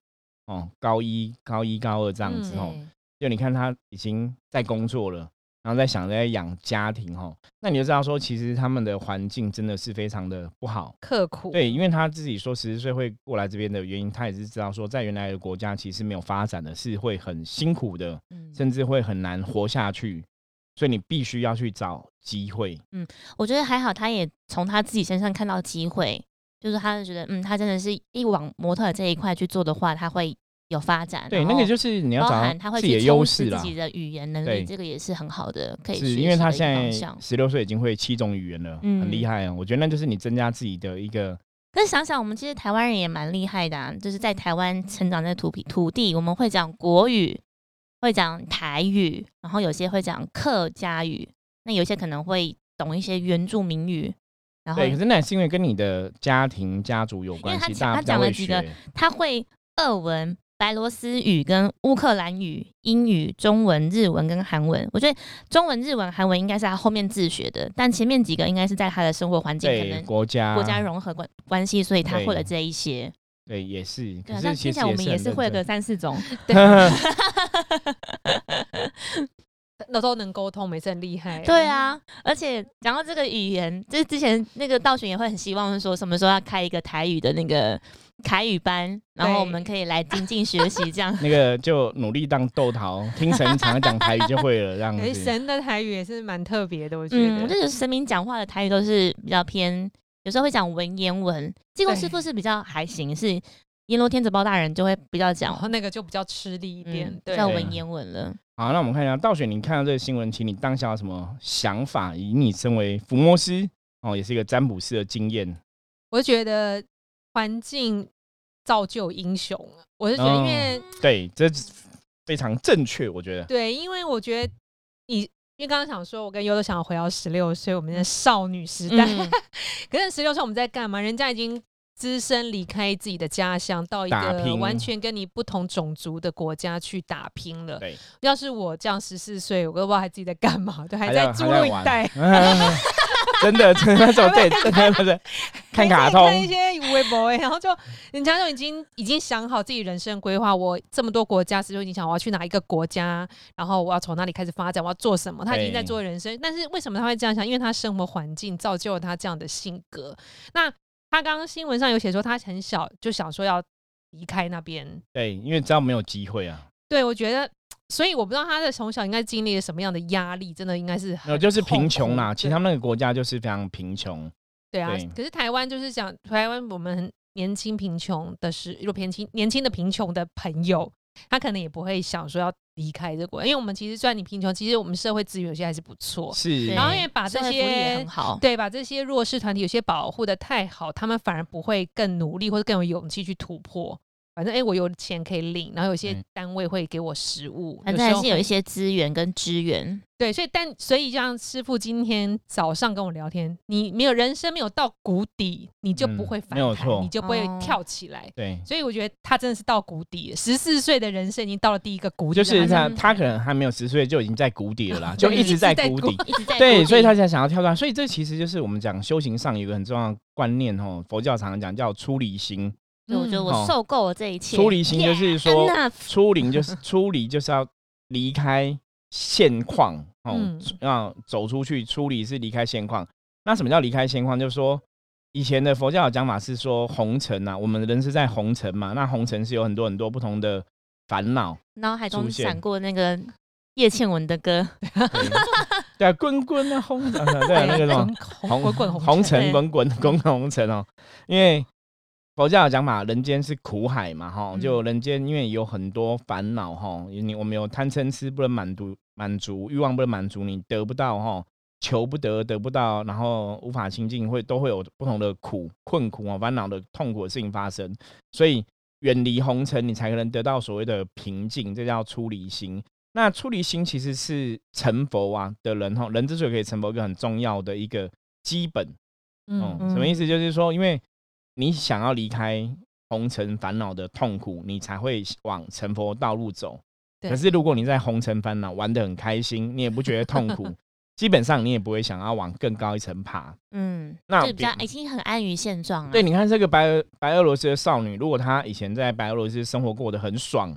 Speaker 1: 哦，高一高一高二这样子
Speaker 2: 嗯
Speaker 3: 哎
Speaker 1: 哦。就你看他已经在工作了，然后在想着在养家庭哦，那你就知道说，其实他们的环境真的是非常的不好。
Speaker 2: 刻苦，
Speaker 1: 对，因为他自己说十四岁会过来这边的原因，他也是知道说，在原来的国家其实没有发展的，是会很辛苦的，
Speaker 3: 嗯
Speaker 1: 甚至会很难活下去，所以你必须要去找机会。
Speaker 3: 我觉得还好，他也从他自己身上看到机会，就是他就觉得，嗯，他真的是一往模特儿这一块去做的话，他会有发展。
Speaker 1: 对，
Speaker 3: 然
Speaker 1: 那个
Speaker 3: 后
Speaker 1: 就是你要
Speaker 3: 包
Speaker 1: 找
Speaker 3: 含
Speaker 1: 到
Speaker 3: 他会
Speaker 1: 自己
Speaker 3: 去
Speaker 1: 的优
Speaker 3: 充
Speaker 1: 势
Speaker 3: 实自
Speaker 1: 啦。
Speaker 3: 己的语言能
Speaker 1: 对
Speaker 3: 力，这个也是很好的，可以
Speaker 1: 是
Speaker 3: 学
Speaker 1: 因为
Speaker 3: 习
Speaker 1: 他
Speaker 3: 的一个
Speaker 1: 现在
Speaker 3: 方向
Speaker 1: 十六岁已经会七种语言了，很厉
Speaker 3: 嗯
Speaker 1: 害哦。我觉得那就是你增加自己的一个
Speaker 3: 可是想想，我们其实台湾人也蛮厉害的、啊，就是在台湾成长在土皮土地，我们会讲国语，会讲台语，然后有些会讲客家语，那有些可能会懂一些原住民语。然后
Speaker 1: 对，可是那也是因为跟你的家庭家族有关
Speaker 3: 因为他
Speaker 1: 系，
Speaker 3: 讲
Speaker 1: 大家
Speaker 3: 他
Speaker 1: 比较
Speaker 3: 讲了
Speaker 1: 会
Speaker 3: 几
Speaker 1: 学
Speaker 3: 个。他会俄文、白罗斯语、跟乌克兰语、英语、中文、日文跟韩文。我觉得中文、日文、韩文应该是他后面自学的，但前面几个应该是在他的生活环境可
Speaker 1: 对
Speaker 3: 能。
Speaker 1: 国家
Speaker 3: 国家融合关关系，所以他
Speaker 1: 对
Speaker 3: 会了这一些。
Speaker 1: 对也是，可
Speaker 3: 对啊，
Speaker 1: 是
Speaker 3: 那
Speaker 1: 其
Speaker 3: 听
Speaker 1: 实
Speaker 3: 起来我们也
Speaker 1: 很
Speaker 3: 是
Speaker 1: 认
Speaker 3: 会
Speaker 1: 真
Speaker 3: 个三四种。
Speaker 2: 那都能沟通，每次很厉害。
Speaker 3: 对，啊，而且讲到这个语言，就是之前那个道玄也会很希望说，什么时候要开一个台语的那个台语班，然后我们可以来精进学习这样。
Speaker 1: <laughs>
Speaker 3: <laughs>
Speaker 1: 那个就努力当豆桃，听神常常讲台语就会了，这
Speaker 3: <laughs>
Speaker 1: 样
Speaker 2: 可是
Speaker 1: 子。
Speaker 2: 哎神的台语也是蛮特别的，我觉
Speaker 3: 嗯，
Speaker 2: 得。
Speaker 3: 我就觉得神明讲话的台语都是比较偏，有时候会讲文言文。济公师傅
Speaker 2: 对
Speaker 3: 是比较还行，是阎罗天子包大人就会比较讲
Speaker 2: 然后那个就比较吃力一点
Speaker 3: 嗯，
Speaker 2: 对
Speaker 3: 叫
Speaker 1: 对
Speaker 3: 文言文了。
Speaker 1: 好，那我们看一下道雪，你看到这个新闻，请你当下有什么想法？以你身为伏魔师哦，也是一个占卜师的经验，
Speaker 2: 我就觉得环境造就英雄啊，我是觉得，
Speaker 1: 哦
Speaker 2: 因为、
Speaker 1: 对，这非常正确，我觉得。
Speaker 2: 对，因为我觉得你，因为刚刚想说，我跟优都想回到十六岁我们的少女时代，
Speaker 3: 嗯
Speaker 2: 可是十六岁我们在干嘛？人家已经资深离开自己的家乡，到一
Speaker 1: 打
Speaker 2: 个
Speaker 1: 拼
Speaker 2: 完全跟你不同种族的国家去打拼了。
Speaker 1: 对， <laughs>
Speaker 2: 要是我这样十四岁，我都不知道还自己在干嘛，对，还
Speaker 1: 还
Speaker 2: 在
Speaker 1: 在
Speaker 2: 租
Speaker 1: 还在
Speaker 2: 录影
Speaker 1: 玩
Speaker 2: 带，
Speaker 1: 真的，真的那时候对， <laughs> 真的真的看卡
Speaker 2: 还在
Speaker 1: 通，
Speaker 2: 看一些微博， <laughs> 然后就人家就已经已经想好自己人生规划，我这么多国家，十六已经想我要去哪一个国家，然后我要从哪里开始发展，我要做什么，他已经在
Speaker 1: 对
Speaker 2: 做人生。但是为什么他会这样想？因为他生活环境造就了他这样的性格。那他刚刚新闻上有写说，他很小就想说要离开那边。
Speaker 1: 对，因为知道没有机会啊，
Speaker 2: 对我觉得，所以我不知道他的从小应该经历了什么样的压力，真的应该
Speaker 1: 没
Speaker 2: 是
Speaker 1: 有
Speaker 2: 很
Speaker 1: 就是
Speaker 2: 痛
Speaker 1: 贫
Speaker 2: 苦
Speaker 1: 穷啦，
Speaker 2: 对
Speaker 1: 其他那个国家就是非常贫穷，
Speaker 2: 对啊
Speaker 1: 对，
Speaker 2: 可是台湾就是讲台湾，我们很年轻贫穷的是，如果偏轻年轻的贫穷的朋友，他可能也不会想说要离开这个国家，因为我们其实虽然你贫穷，其实我们社会资源有些还是不错，
Speaker 1: 是，
Speaker 3: 对
Speaker 2: 然后因为把这
Speaker 3: 社会福利也
Speaker 2: 些
Speaker 3: 很好，
Speaker 2: 对把这些弱势团体有些保护的太好，他们反而不会更努力或者更有勇气去突破。反正哎、诶我有钱可以领，然后有些
Speaker 1: 嗯
Speaker 2: 单位会给我食物，
Speaker 3: 反
Speaker 2: 有
Speaker 3: 正
Speaker 2: 时
Speaker 3: 还
Speaker 2: 候
Speaker 3: 啊是有
Speaker 2: 会
Speaker 3: 一些资源跟支援。
Speaker 2: 对，所以但所以像师傅今天早上跟我聊天，你没有人生没有到谷底，你就不
Speaker 1: 嗯
Speaker 2: 会反
Speaker 1: 没有
Speaker 2: 弹，
Speaker 1: 错
Speaker 2: 你就不会
Speaker 3: 哦
Speaker 2: 跳起来。
Speaker 1: 对，
Speaker 2: 所以我觉得他真的是到谷底了，十四岁的人生已经到了第一个谷底
Speaker 1: 就
Speaker 2: 了，
Speaker 1: 是
Speaker 2: 他
Speaker 1: 他
Speaker 3: 嗯
Speaker 1: 他可能还没有十岁就已经在谷底了 <laughs> 啦，
Speaker 2: 对
Speaker 1: 就一
Speaker 2: 一
Speaker 1: 直
Speaker 2: 直
Speaker 1: 在
Speaker 2: 在
Speaker 1: 谷底，
Speaker 2: 谷
Speaker 3: 一直在
Speaker 1: 对，
Speaker 3: 鼓
Speaker 1: 所以
Speaker 3: 励
Speaker 1: 他才想要跳出来。所以这其实就是我们讲修行上有一个很重要的观念哦，佛教常常讲叫出离心，
Speaker 3: 对我觉
Speaker 2: 嗯
Speaker 3: 得
Speaker 1: 嗯好
Speaker 3: 我受够了这一切。
Speaker 1: 出离心就是说
Speaker 3: Enough
Speaker 1: 出离就是出离就是要离开现况哦
Speaker 2: 嗯，
Speaker 1: 出要走出去，出离是离开现况。那什么叫离开现况？就是说。以前的佛教的讲法是说红尘呐、啊，我们人是在红尘嘛，那红尘是有很多很多不同的烦恼，
Speaker 3: 脑海
Speaker 1: 出
Speaker 3: 中
Speaker 1: 现
Speaker 3: 闪过那个叶倩文的歌，
Speaker 2: <laughs>
Speaker 1: 对对啊，滚滚啊红，啊对啊那个什么
Speaker 2: 红滚滚
Speaker 1: 红
Speaker 2: 尘，
Speaker 1: 尘滚滚滚滚红尘哦，因为佛教有讲法，人间是苦海嘛，哈，
Speaker 3: 嗯
Speaker 1: 就人间因为有很多烦恼，哈，你我们有贪嗔痴不能满足，满足欲望不能满足，你得不到，哈，求不得，得不到，然后无法清净，会都会有不同的苦、困苦哦，烦恼的痛苦的事情发生，所以远离红尘，你才能得到所谓的平静，这叫出离心。那出离心其实是成佛啊的人哈，人之所以可以成佛，一个很重要的一个基本嗯
Speaker 2: 嗯，
Speaker 1: 什么意思？就是说，因为你想要离开红尘烦恼的痛苦，你才会往成佛道路走。
Speaker 2: 对
Speaker 1: 可是如果你在红尘烦恼玩得很开心，你也不觉得痛
Speaker 2: <laughs>
Speaker 1: 苦，基本上你也不会想要往更高一层爬。
Speaker 3: 嗯，
Speaker 1: 那
Speaker 3: 就比较
Speaker 1: 比
Speaker 3: 已经很安于现状
Speaker 2: 嗯
Speaker 3: 了。
Speaker 1: 对，你看这个白俄白俄罗斯的少女，如果她以前在白俄罗斯生活过得很爽，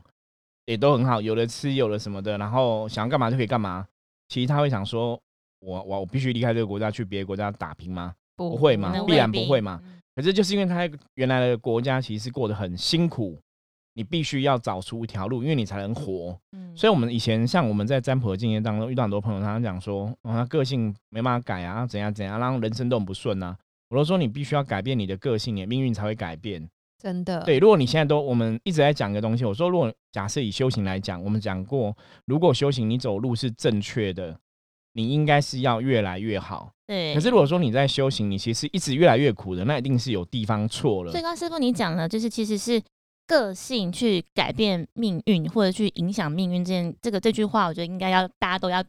Speaker 1: 也都很好，有的吃，有的什么的，然后想要干嘛就可以干嘛。其实她会想说，我我我必须离开这个国家，去别的国家打拼吗？
Speaker 2: 不
Speaker 1: 不会
Speaker 3: 可
Speaker 1: 嘛
Speaker 3: 能
Speaker 1: 必然
Speaker 3: 未
Speaker 1: 不会嘛
Speaker 3: 必。嗯
Speaker 1: 可是就是因为她原来的国家其实是过得很辛苦，你必须要找出一条路，因为你才能活。
Speaker 3: 嗯
Speaker 1: 所以，我们以前像我们在占卜的经验当中，遇到很多朋友，他讲说，哦，他个性没办法改啊，怎样怎样，然后人生都很不顺啊。我都说你必须要改变你的个性，你的命运才会改变。
Speaker 2: 真的，
Speaker 1: 对，如果你现在都我们一直在讲一个东西，我说如果假设以修行来讲，我们讲过，如果修行你走路是正确的，你应该是要越来越好。
Speaker 3: 对，
Speaker 1: 可是如果说你在修行，你其实一直越来越苦的，那一定是有地方错了
Speaker 3: 所以。刚刚师傅你讲了，就是其实是个性去改变命运或者去影响命运这件这个这句话，我觉得应该要大家都要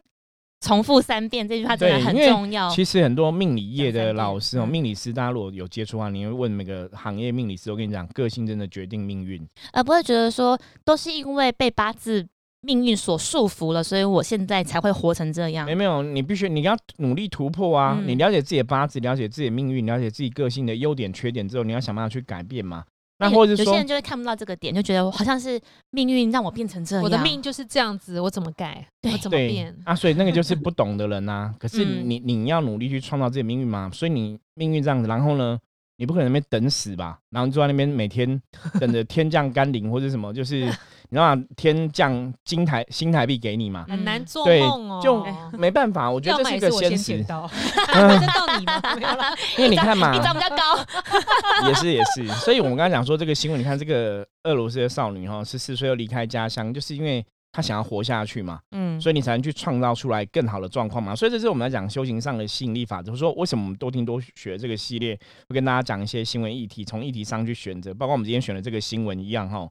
Speaker 3: 重复三遍，这句话真的
Speaker 1: 对
Speaker 3: 很
Speaker 1: 因为
Speaker 3: 重要。
Speaker 1: 其实很多命理业的老师哦，
Speaker 3: 嗯
Speaker 1: 命理师大家如果有接触啊，你会问每个行业命理师，我跟你讲，个性真的决定命运。
Speaker 3: 而呃不会觉得说都是因为被八字命运所束缚了，所以我现在才会活成这样
Speaker 1: 没。没有，你必须你要努力突破啊！
Speaker 3: 嗯
Speaker 1: 你了解自己的八字，了解自己的命运，了解自己个性的优点、缺点之后，你要想办法去改变嘛。那
Speaker 3: 有
Speaker 1: 或者是
Speaker 3: 哎有些
Speaker 1: 说
Speaker 3: 人，就会看不到这个点，就觉得好像是命运让我变成这样，
Speaker 2: 我的命就是这样子，我怎么改，
Speaker 3: 对
Speaker 2: 我怎么
Speaker 1: 对
Speaker 2: 变？
Speaker 1: 啊，所以那个
Speaker 2: <laughs>
Speaker 1: 就是不懂的人呐、可是
Speaker 3: 嗯
Speaker 1: 你你要努力去创造自己的命运嘛，所以你命运这样子，然后呢，你不可能在那边等死吧？然后你坐在那边每天等着天降甘霖或者什么，
Speaker 2: <laughs>
Speaker 1: 就是你知道吗天降金台新台币给你嘛，
Speaker 2: 很
Speaker 3: 嗯
Speaker 2: 难做
Speaker 1: 对
Speaker 2: 梦哦， <laughs>
Speaker 1: 就没办法，我觉
Speaker 2: 要
Speaker 1: 得这是
Speaker 2: 买
Speaker 1: 一个
Speaker 2: 我先
Speaker 1: 现
Speaker 2: 剪
Speaker 1: 实， <laughs>
Speaker 2: 刀，
Speaker 1: 嗯
Speaker 2: <laughs> 这到 <laughs> 你吗？没有啦，
Speaker 1: 因为你看嘛，
Speaker 3: 你长比较高，
Speaker 1: <laughs> 也是也是，所以我们刚才讲说这个新闻，你看这个俄罗斯的少女哈，十四岁又离开家乡，就是因为她想要活下去嘛，
Speaker 3: 嗯，
Speaker 1: 所以你才能去创造出来更好的状况嘛。所以这是我们来讲修行上的吸引力法则，就是说为什么我们多听多学这个系列会跟大家讲一些新闻议题，从议题上去选择，包括我们今天选的这个新闻一样哈。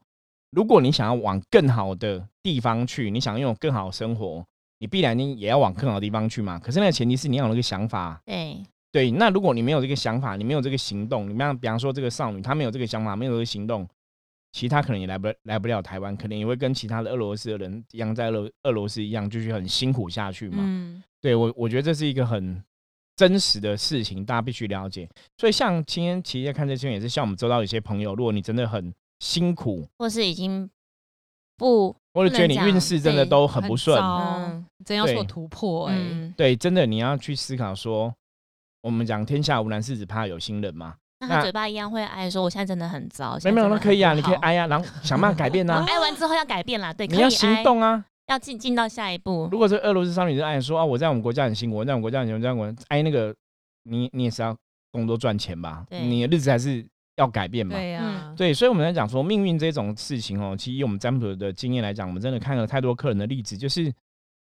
Speaker 1: 如果你想要往更好的地方去，你想拥有更好的生活，你必然你也要往更好的地方去嘛。可是那个前提是你要有那个想法、啊
Speaker 3: 对，
Speaker 1: 对，那如果你没有这个想法，你没有这个行动，你像比方说这个少女，她没有这个想法，没有这个行动，其他可能也来不来不了台湾，可能也会跟其他的俄罗斯的人一样，在俄罗俄罗斯一样，就是很辛苦下去嘛。
Speaker 3: 嗯，
Speaker 1: 对我，我觉得这是一个很真实的事情，大家必须了解。所以像今天其实在看这新闻，也是像我们周到有些朋友，如果你真的很辛苦，
Speaker 3: 或是已经不
Speaker 1: 或者觉得你
Speaker 3: 不能讲
Speaker 1: 运势真的
Speaker 3: 对
Speaker 1: 都很不
Speaker 2: 很
Speaker 1: 顺，
Speaker 2: 糟
Speaker 3: 嗯
Speaker 2: 真要做
Speaker 1: 对
Speaker 2: 突破哎，
Speaker 3: 嗯，
Speaker 1: 对，真的你要去思考说，我们讲天下无难事，只怕有心人嘛。
Speaker 3: 那他
Speaker 1: 那
Speaker 3: 嘴巴一样会哀说我现在真的很糟，
Speaker 1: 没有没有，那可以啊，你可以
Speaker 3: 哀，
Speaker 1: 哀啊，然后想办法改变
Speaker 3: 我
Speaker 1: 啊，
Speaker 3: 哀完之后要改变啦，哦对，可
Speaker 1: 你
Speaker 3: 以
Speaker 1: 要行
Speaker 3: 哀，
Speaker 1: 动啊。
Speaker 3: 要进进到下一步
Speaker 1: 如，果这俄罗斯商女是爱说啊，我在我们国家很辛苦，我在我们国家很辛苦，我在我们哀那个，你你也是要工作赚钱吧，
Speaker 3: 对嗯
Speaker 1: 你的日子还是要改变嘛。
Speaker 2: 欸对呀，
Speaker 1: 对，所以我们在讲说命运这种事情哦，其实以我们占卜的经验来讲，我们真的看了太多客人的例子，就是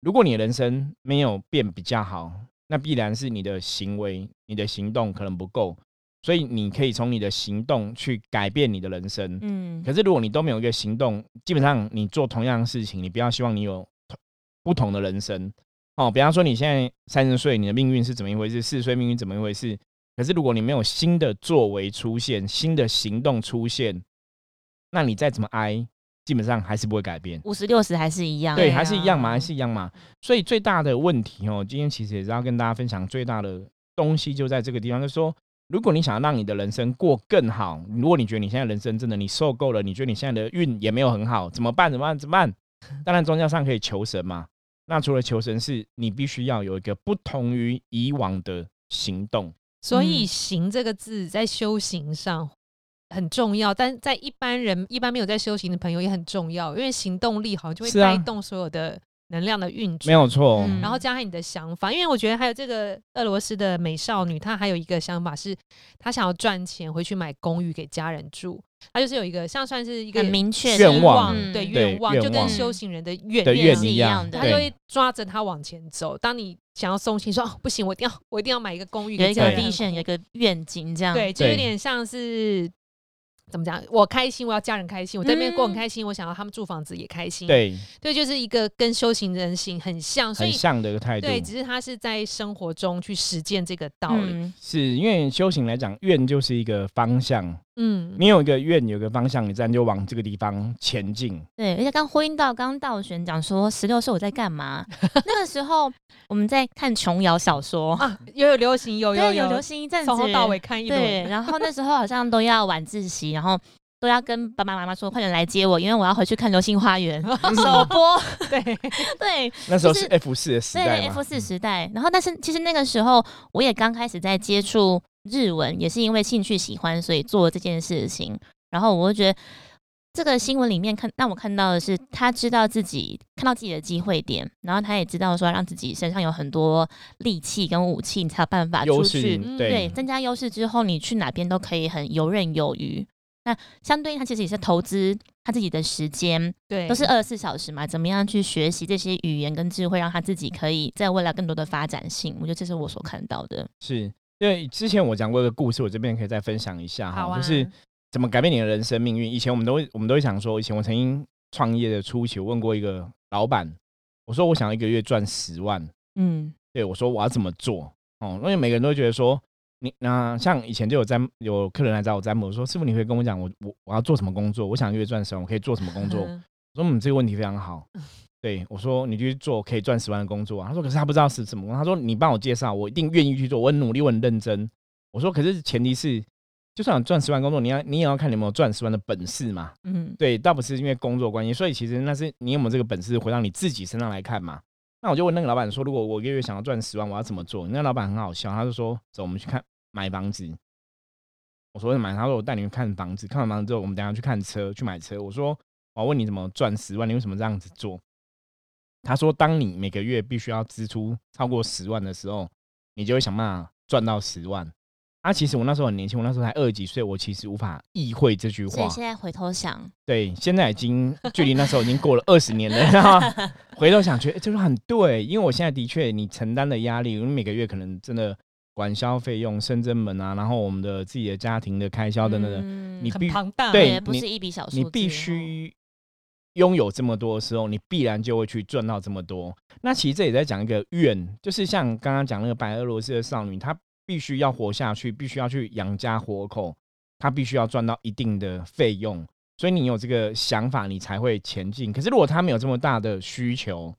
Speaker 1: 如果你的人生没有变比较好，那必然是你的行为、你的行动可能不够，所以你可以从你的行动去改变你的人生。
Speaker 3: 嗯，
Speaker 1: 可是如果你都没有一个行动，基本上你做同样的事情，你不要希望你有同不同的人生哦。比方说你现在三十岁，你的命运是怎么一回事？四十岁命运怎么一回事？可是如果你没有新的作为出现，新的行动出现，那你再怎么哀，基本上还是不会改变。
Speaker 3: 五十六十还是一样，
Speaker 1: 对，
Speaker 2: 啊
Speaker 1: 还是一样嘛，还是一样嘛。所以最大的问题哦，今天其实也是要跟大家分享最大的东西就在这个地方，就是说，如果你想要让你的人生过更好，如果你觉得你现在人生真的你受够了，你觉得你现在的运也没有很好，怎么办？怎么办？怎么办？当然，宗教上可以求神嘛。那除了求神是，你必须要有一个不同于以往的行动。
Speaker 2: 所
Speaker 1: 嗯
Speaker 2: 以“行”这个字在修行上很重要，但在一般人一般没有在修行的朋友也很重要，因为行动力好像就会
Speaker 1: 是啊
Speaker 2: 带动所有的能量的运转。
Speaker 1: 没有错，哦
Speaker 3: 嗯
Speaker 2: 然后加上你的想法，因为我觉得还有这个俄罗斯的美少女，她还有一个想法是，她想要赚钱回去买公寓给家人住，她就是有一个像算是一个
Speaker 3: 很明确
Speaker 1: 愿
Speaker 2: 希
Speaker 1: 望
Speaker 3: 嗯
Speaker 2: 对
Speaker 3: 对
Speaker 2: 愿望，
Speaker 1: 愿
Speaker 2: 就跟
Speaker 3: 望
Speaker 2: 修行人的愿
Speaker 1: 的
Speaker 2: 愿
Speaker 1: 愿
Speaker 3: 是
Speaker 2: 力
Speaker 3: 一
Speaker 1: 一
Speaker 3: 样
Speaker 1: 样
Speaker 3: 的
Speaker 2: 他就
Speaker 1: 对，
Speaker 2: 会抓着他往前走。当你想要松懈，说、哦、不行，我一定要，我一定要买一个公寓
Speaker 3: 有
Speaker 2: 给
Speaker 3: 一
Speaker 2: 家
Speaker 3: 个
Speaker 2: 人住，
Speaker 1: 对
Speaker 3: vision，有一个愿景这样，
Speaker 2: 对，就有
Speaker 1: 对
Speaker 2: 点像是怎么讲？我开心，我要家人开心，我在那边过很
Speaker 3: 嗯
Speaker 2: 开心，我想要他们住房子也开心。
Speaker 1: 对，
Speaker 2: 对，就是一个跟修行人行很像，所
Speaker 1: 很
Speaker 2: 以
Speaker 1: 像的一个态度。
Speaker 2: 对，只是他是在生活中去实践这个道理。
Speaker 3: 嗯，
Speaker 1: 是因为修行来讲，愿就是一个方向，
Speaker 2: 嗯，
Speaker 1: 你有一个愿，有一个方向，你自然就往这个地方前
Speaker 3: <laughs>
Speaker 1: 进。
Speaker 3: 对，而且刚婚姻到刚道玄讲说十六岁我在
Speaker 2: <laughs>
Speaker 3: 干嘛？那个时候我们在看琼瑶小说，
Speaker 2: 啊，又有流行，有有
Speaker 3: 对，有流行一阵子，
Speaker 2: 从头到尾看一
Speaker 3: 对，
Speaker 2: 轮。
Speaker 3: 然后那时候好像都要晚自习，然后都要跟爸爸妈妈说快点来接我，因为我要回去看《流星花园》
Speaker 1: <laughs>
Speaker 3: 首播。
Speaker 2: 对， <laughs>
Speaker 3: 对，
Speaker 1: 那时候
Speaker 3: 就
Speaker 1: 是
Speaker 3: 是
Speaker 1: F 四的时
Speaker 3: 对
Speaker 1: 代嘛嗯
Speaker 3: F 四时代。然后，但是其实那个时候我也刚开始在接触日文，也是因为兴趣喜欢，所以做这件事情。然后我就觉得这个新闻里面看让我看到的是，他知道自己看到自己的机会点，然后他也知道说让自己身上有很多利器跟武器，你才有办法啊出
Speaker 1: 优势
Speaker 3: 去。
Speaker 2: 嗯
Speaker 3: 对，
Speaker 1: 对
Speaker 3: 增加优势之后，你去哪边都可以很游刃有余。那相对应，他其实也是投资他自己的时间，
Speaker 2: 对，
Speaker 3: 都是
Speaker 1: 啊
Speaker 3: 二十四小时嘛，怎么样去学习这些语言跟智慧，让他自己可以在未来更多的发展性？我觉得这是我所看到的。
Speaker 1: 是。对，之前我讲过一个故事，我这边可以再分享一下
Speaker 2: 好
Speaker 1: 哈，
Speaker 2: 啊，
Speaker 1: 就是怎么改变你的人生命运。以前我们都会，我们都会想说，以前我曾经创业的初期，我问过一个老板，我说我想要一个月赚十万，
Speaker 3: 嗯，
Speaker 1: 对我说我要怎么做哦，因为每个人都会觉得说你那、像以前就有占有客人来找我占卜，我说师傅你可以跟我讲我我我要做什么工作，我想月赚十万，我可以做什么工
Speaker 3: <laughs>
Speaker 1: 作？
Speaker 2: 嗯
Speaker 1: 我说嗯这个问题非常好，对我说你就去做可以赚十万的工作啊，他说可是他不知道是什么工作，他说你帮我介绍，我一定愿意去做，我很努力，我很认真。我说可是前提是。就算有赚十万工作，你要你也要看你有没有赚十万的本事嘛。
Speaker 3: 嗯，
Speaker 1: 对，倒不是因为工作关系，所以其实那是你有没有这个本事回到你自己身上来看嘛。那我就问那个老板说，如果我一个月想要赚十万，我要怎么做？那老板很好笑，他就说：“走，我们去看买房子。”我说：“买。”他说：“我带你去看房子，看完房子之后，我们等一下去看车，去买车。”我说：“我要问你怎么赚十万，你为什么这样子做？”他说：“当你每个月必须要支出超过十万的时候，你就会想办法赚到十万。”啊，其实我那时候很年轻，我那时候才二十几岁，我其实无法意会这句
Speaker 3: 所
Speaker 1: 话
Speaker 3: 以。现在回头想，
Speaker 1: 对，现在已经距离那时候已经过了二十年了，然后回头想觉得、欸、这个很对，因为我现在的确你承担的压力，因为每个月可能真的管消费用、深圳门啊，然后我们的自己的家庭的开销等等等，
Speaker 3: 嗯
Speaker 1: 你
Speaker 2: 很
Speaker 1: 必
Speaker 2: 庞大。
Speaker 1: 对
Speaker 3: 也不
Speaker 1: 你
Speaker 3: 是一笔小数字，哦
Speaker 1: 你必须拥有这么多的时候，你必然就会去赚到这么多。那其实这也在讲一个愿，就是像刚刚讲那个白俄罗斯的少女，她必须要活下去，必须要去养家活口，她必须要赚到一定的费用。所以你有这个想法，你才会前进。可是如果她没有这么大的需求，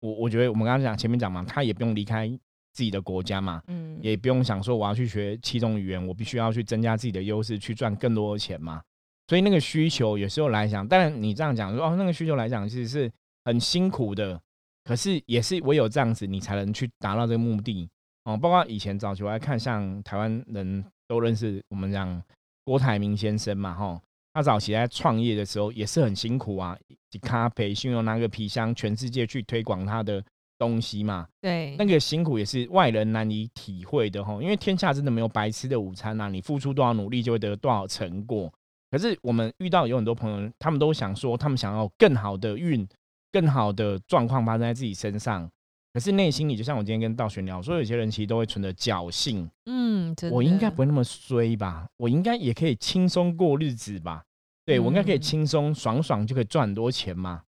Speaker 1: 我我觉得我们刚刚讲前面讲嘛，她也不用离开自己的国家嘛，
Speaker 3: 嗯，
Speaker 1: 也不用想说我要去学七种语言，我必须要去增加自己的优势，去赚更多的钱嘛。所以那个需求有时候来讲，当然你这样讲说哦，那个需求来讲其实是很辛苦的，可是也是唯有这样子，你才能去达到这个目的哦。包括以前早期我还看，像台湾人都认识我们讲郭台铭先生嘛，哈，他早期在创业的时候也是很辛苦啊，一咖啡信用那个皮箱，全世界去推广他的东西嘛。
Speaker 2: 对
Speaker 1: 那，个辛苦也是外人难以体会的哈，因为天下真的没有白吃的午餐呐、啊你付出多少努力就会得到多少成果。可是我们遇到有很多朋友，他们都想说，他们想要更好的运、更好的状况发生在自己身上，可是内心里就像我今天跟道玄聊，说有些人其实都会存着侥幸，
Speaker 2: 嗯，真的
Speaker 1: 我应该不会那么衰吧？我应该也可以轻松过日子吧？对我应该可以
Speaker 2: 嗯
Speaker 1: 轻松爽爽就可以赚很多钱嘛？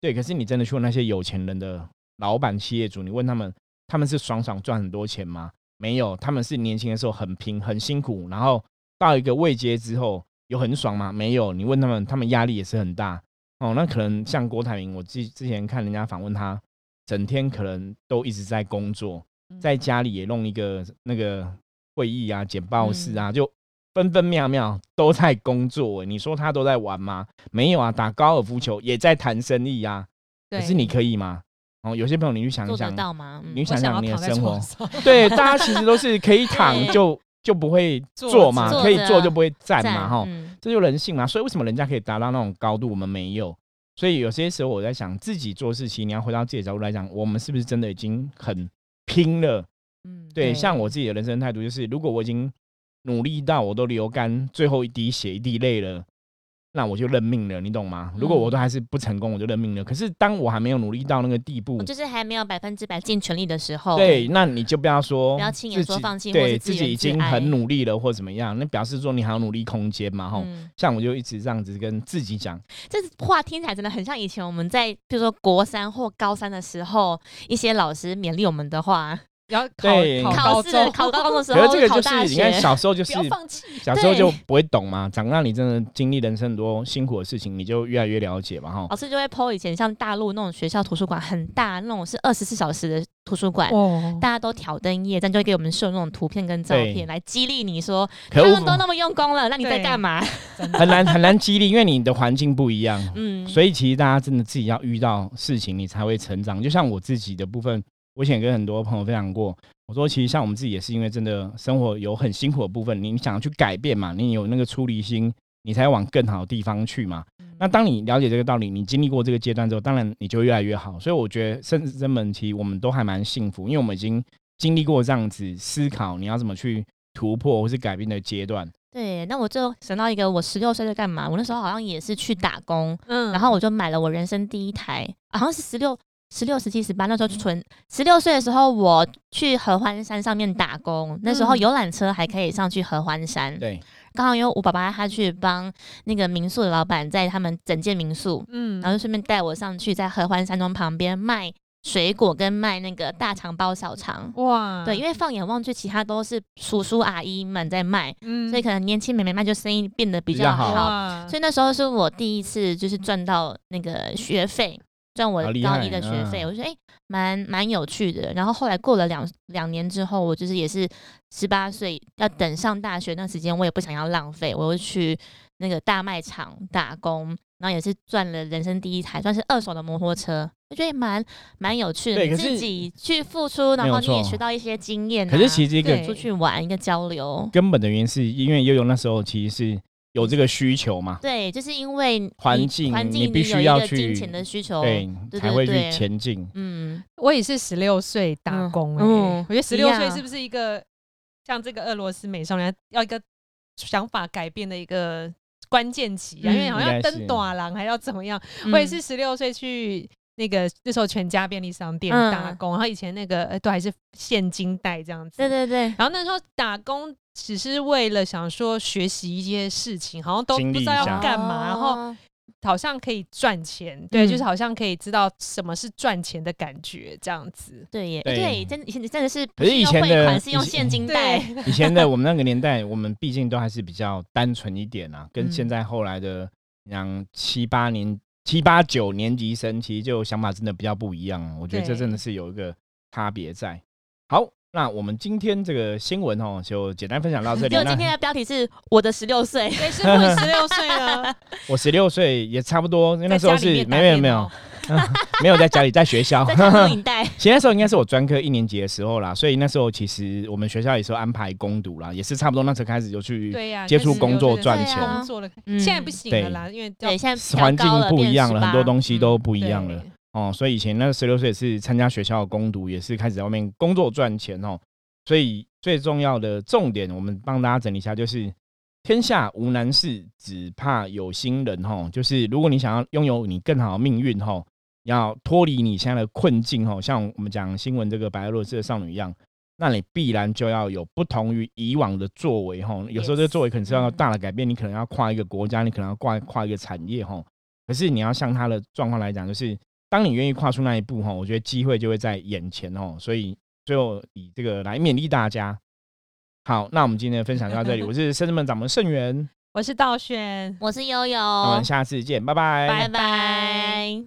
Speaker 1: 对，可是你真的去问那些有钱人的老板、企业主，你问他们，他们是爽爽赚很多钱吗？没有，他们是年轻的时候很拼、很辛苦，然后到一个位阶之后有很爽吗？没有，你问他们，他们压力也是很大哦。那可能像郭台铭，我之之前看人家访问他，整天可能都一直在工作，
Speaker 3: 嗯
Speaker 1: 在家里也弄一个那个会议啊、简报室
Speaker 3: 嗯
Speaker 1: 啊，就分分秒秒都在工作欸。你说他都在玩吗？没有啊，打高尔夫球也在谈生意啊。可是你可以吗？哦，有些朋友你去想一
Speaker 3: 做得
Speaker 1: 想，
Speaker 3: 到吗？嗯
Speaker 1: 你
Speaker 2: 我
Speaker 1: 想
Speaker 2: 想要
Speaker 1: 想你的
Speaker 2: 躺在
Speaker 1: 生活
Speaker 2: 床，上 <laughs>
Speaker 1: 对，大家其实都是可
Speaker 3: <laughs>
Speaker 1: 以躺
Speaker 3: 对
Speaker 1: 就就不会
Speaker 2: 坐
Speaker 1: 做
Speaker 2: 着
Speaker 1: 嘛，
Speaker 3: 坐
Speaker 1: 可以
Speaker 3: 着
Speaker 1: 做就不会站
Speaker 3: 赞
Speaker 1: 嘛，哈。
Speaker 3: 嗯
Speaker 1: 这就人性嘛。所以为什么人家可以达到那种高度，我们没有？所以有些时候我在想，自己做事情，你要回到自己的角度来讲，我们是不是真的已经很拼了？
Speaker 3: 嗯，
Speaker 1: 对，像我自己的人生态度就是，如果我已经努力到我都流干最后一滴血一滴泪了，那我就认命了，你懂
Speaker 3: 嗯
Speaker 1: 吗？如果我都还是不成功，我就认命了。可是当我还没有努力到那个地步
Speaker 3: 我，就是还没有百分之百尽全力的时候，
Speaker 1: 对，那你就不要说
Speaker 3: 不要轻言
Speaker 1: 自己
Speaker 3: 说放弃或
Speaker 1: 对
Speaker 3: 是自
Speaker 1: 自己
Speaker 3: 怨
Speaker 1: 已
Speaker 3: 自
Speaker 1: 经
Speaker 3: 艾
Speaker 1: 很努力了或怎么样，那表示说你还有努力空间嘛，吼。
Speaker 3: 嗯，
Speaker 1: 像我就一直这样子跟自己讲，
Speaker 3: 这话听起来真的很像以前我们在比如说国三或高三的时候，一些老师勉励我们的话，
Speaker 2: 然后
Speaker 1: 对
Speaker 2: 考
Speaker 3: 考
Speaker 2: 高
Speaker 3: 试的
Speaker 2: 中， <laughs>
Speaker 3: 考高中的
Speaker 1: <laughs>
Speaker 3: 时
Speaker 1: 可
Speaker 3: 候，
Speaker 1: 是这个
Speaker 3: 考
Speaker 1: 就
Speaker 3: 大
Speaker 1: 是你
Speaker 3: 学
Speaker 1: 看，小时候就是
Speaker 2: 不要放弃。
Speaker 1: 小时候就
Speaker 3: 对
Speaker 1: 不会懂嘛，长大你真的经历人生很多辛苦的事情，你就越来越了解嘛，吼。
Speaker 3: 老师就会 PO 以前像大陆那种学校图书馆很大，那种是二十四小时的图书馆。
Speaker 2: 哦
Speaker 3: 大家都挑灯夜战，就会给我们秀那种图片跟照
Speaker 1: 对
Speaker 3: 片来激励你说，
Speaker 1: 可
Speaker 3: 他
Speaker 1: 我
Speaker 3: 们都那么用功了，那你在
Speaker 2: 对
Speaker 3: 干
Speaker 1: <laughs>
Speaker 3: 嘛？
Speaker 1: 很难很难激励，因为你的环境不一样，
Speaker 3: 嗯，
Speaker 1: 所以其实大家真的自己要遇到事情，你才会成长。就像我自己的部分，我以前跟很多朋友分享过，我说其实像我们自己也是因为真的生活有很辛苦的部分，你你想要去改变嘛，你有那个出离心，你才往更好的地方去嘛。那当你了解这个道理，你经历过这个阶段之后，当然你就会越来越好。所以我觉得，甚至这门题我们都还蛮幸福，因为我们已经经历过这样子思考你要怎么去突破或是改变的阶段。
Speaker 3: 对，那我就想到一个，我十六岁在干嘛？我那时候好像也是去打工，
Speaker 2: 嗯
Speaker 3: 然后我就买了我人生第一台，啊好像是十六、十六、十七、十八，那时候纯十六岁的时候，我去合欢山上面打工，那时候
Speaker 2: 嗯
Speaker 3: 游览车还可以上去合欢山，
Speaker 1: 对，
Speaker 3: 刚好因为我爸爸他去帮那个民宿的老板在他们整建民宿，
Speaker 2: 嗯
Speaker 3: 然后就顺便带我上去在合欢山庄旁边卖水果跟卖那个大肠包小
Speaker 2: 嗯
Speaker 3: 肠。
Speaker 2: 哇，
Speaker 3: 对，因为放眼望去，其他都是叔叔阿姨们在卖，
Speaker 2: 嗯
Speaker 3: 所以可能年轻妹妹卖就生意变得比
Speaker 1: 比
Speaker 3: 较
Speaker 1: 较好
Speaker 3: 好。
Speaker 2: 哇
Speaker 3: 所以那时候是我第一次就是赚到那个学费，赚我
Speaker 1: 好厉
Speaker 3: 高
Speaker 1: 害
Speaker 3: 一的学费，
Speaker 1: 嗯
Speaker 3: 我觉得哎蛮蛮有趣的。然后后来过了两两年之后，我就是也是十八岁要等上大学那时间，我也不想要浪费，我又去那个大卖场打工。然后也是赚了人生第一台，算是二手的摩托车，我觉得也蛮蛮有趣的。
Speaker 1: 对
Speaker 3: 你
Speaker 1: 可是
Speaker 3: 自己去付出，然
Speaker 1: 没有
Speaker 3: 后你也
Speaker 1: 错
Speaker 3: 学到一些经验、啊。
Speaker 1: 可是其实一个
Speaker 2: 对
Speaker 3: 出去玩一个交流，
Speaker 1: 根本的原因是因为悠悠那时候其实是有这个需求嘛，
Speaker 3: 对，就是因为你
Speaker 1: 环境
Speaker 3: 环境
Speaker 1: 你
Speaker 3: 你
Speaker 1: 必须
Speaker 3: 有一
Speaker 1: 要
Speaker 3: 个金
Speaker 1: 去
Speaker 3: 钱的需求，
Speaker 1: 对，
Speaker 3: 对
Speaker 1: 才会去
Speaker 3: 对
Speaker 1: 前
Speaker 3: <laughs>
Speaker 1: 进。
Speaker 3: 嗯，
Speaker 2: 我也是十六岁打工、欸，
Speaker 3: 嗯嗯
Speaker 2: 我觉得十
Speaker 3: 一
Speaker 2: 六
Speaker 3: 样
Speaker 2: 岁是不是一个像这个俄罗斯美少年要一个想法改变的一个关键期啊？
Speaker 3: 嗯
Speaker 2: 因为好像
Speaker 1: 应该是
Speaker 2: 登短廊还要怎么样？我也是十六岁去那个那时候全家便利商店
Speaker 3: 嗯
Speaker 2: 打工，然后以前那个、呃、都还是现金贷这样子，
Speaker 3: 对对对，
Speaker 2: 然后那时候打工只是为了想说学习一些事情，好像都
Speaker 1: 经
Speaker 2: 不
Speaker 1: 历
Speaker 2: 知
Speaker 1: 一
Speaker 2: 道
Speaker 1: 下
Speaker 2: <laughs> 要干嘛，然后
Speaker 3: 哦
Speaker 2: 好像可以赚钱，对，
Speaker 3: 嗯
Speaker 2: 就是好像可以知道什么是赚钱的感觉，这样子。
Speaker 3: 对耶，
Speaker 1: 对
Speaker 3: 对，真以前真的是
Speaker 1: 可
Speaker 3: 不
Speaker 1: 是以
Speaker 3: 用
Speaker 1: 前
Speaker 3: 汇
Speaker 1: 的
Speaker 3: 款，是用
Speaker 1: 以前
Speaker 3: 现金贷
Speaker 2: 对，，
Speaker 1: 以前的我们那个年代，我们毕竟都还是比较单纯一点啊，跟
Speaker 2: 嗯
Speaker 1: 现在后来的像七八年、七八九年级生，其实就想法真的比较不一样啊。我觉得这
Speaker 2: 对
Speaker 1: 真的是有一个差别在。好，那我们今天这个新闻哦，就简单分享到这里。
Speaker 3: 就
Speaker 1: 那
Speaker 3: 今天的标题是我的十
Speaker 1: <laughs>
Speaker 3: 六岁，
Speaker 2: 对，是我十六岁 <laughs> 了，
Speaker 1: 我十六岁也差不多，因为那
Speaker 2: 在
Speaker 1: 时候
Speaker 2: 家里
Speaker 1: 是
Speaker 2: 面打
Speaker 1: 没有没有
Speaker 2: 电
Speaker 1: 没有
Speaker 2: 脑
Speaker 1: 没有在家里，在学校。
Speaker 3: <laughs> 在看录影带，
Speaker 1: 其实那时候应该是我专科一年级的时候啦，所以那时候其实我们学校也是有安排攻读啦，也是差不多那时候开始就去
Speaker 2: 对呀、
Speaker 1: 接触工作
Speaker 2: 就是
Speaker 1: 赚
Speaker 3: 钱
Speaker 2: 对啊工作了，<laughs>
Speaker 3: 嗯
Speaker 2: 现在不行了啦，因为要
Speaker 3: 对，现在比较
Speaker 1: 环境
Speaker 3: 高了
Speaker 1: 不一样了，
Speaker 3: 变
Speaker 1: 很多
Speaker 3: 18
Speaker 1: 东西都
Speaker 3: 嗯
Speaker 1: 不一样了、
Speaker 2: 对
Speaker 1: 哦。所以以前那十六岁是参加学校的攻读，也是开始在外面工作赚钱哦。所以最重要的重点，我们帮大家整理一下，就是天下无难事，只怕有心人哦。就是如果你想要拥有你更好的命运哦，要脱离你现在的困境哦，像我们讲新闻这个白俄罗斯的少女一样。那你必然就要有不同于以往的作为吼，有时候这个作为可能是要
Speaker 3: Yes，嗯
Speaker 1: 大的改变，你可能要跨一个国家，你可能要跨跨一个产业吼。可是你要像他的状况来讲，就是当你愿意跨出那一步吼，我觉得机会就会在眼前吼。所以最后以这个来勉励大家。好，那我们今天的分享就到这里，我是深圳门掌门盛元，
Speaker 2: 我是道轩，
Speaker 3: 我是悠悠，
Speaker 1: 那我们下次见，拜
Speaker 3: 拜拜。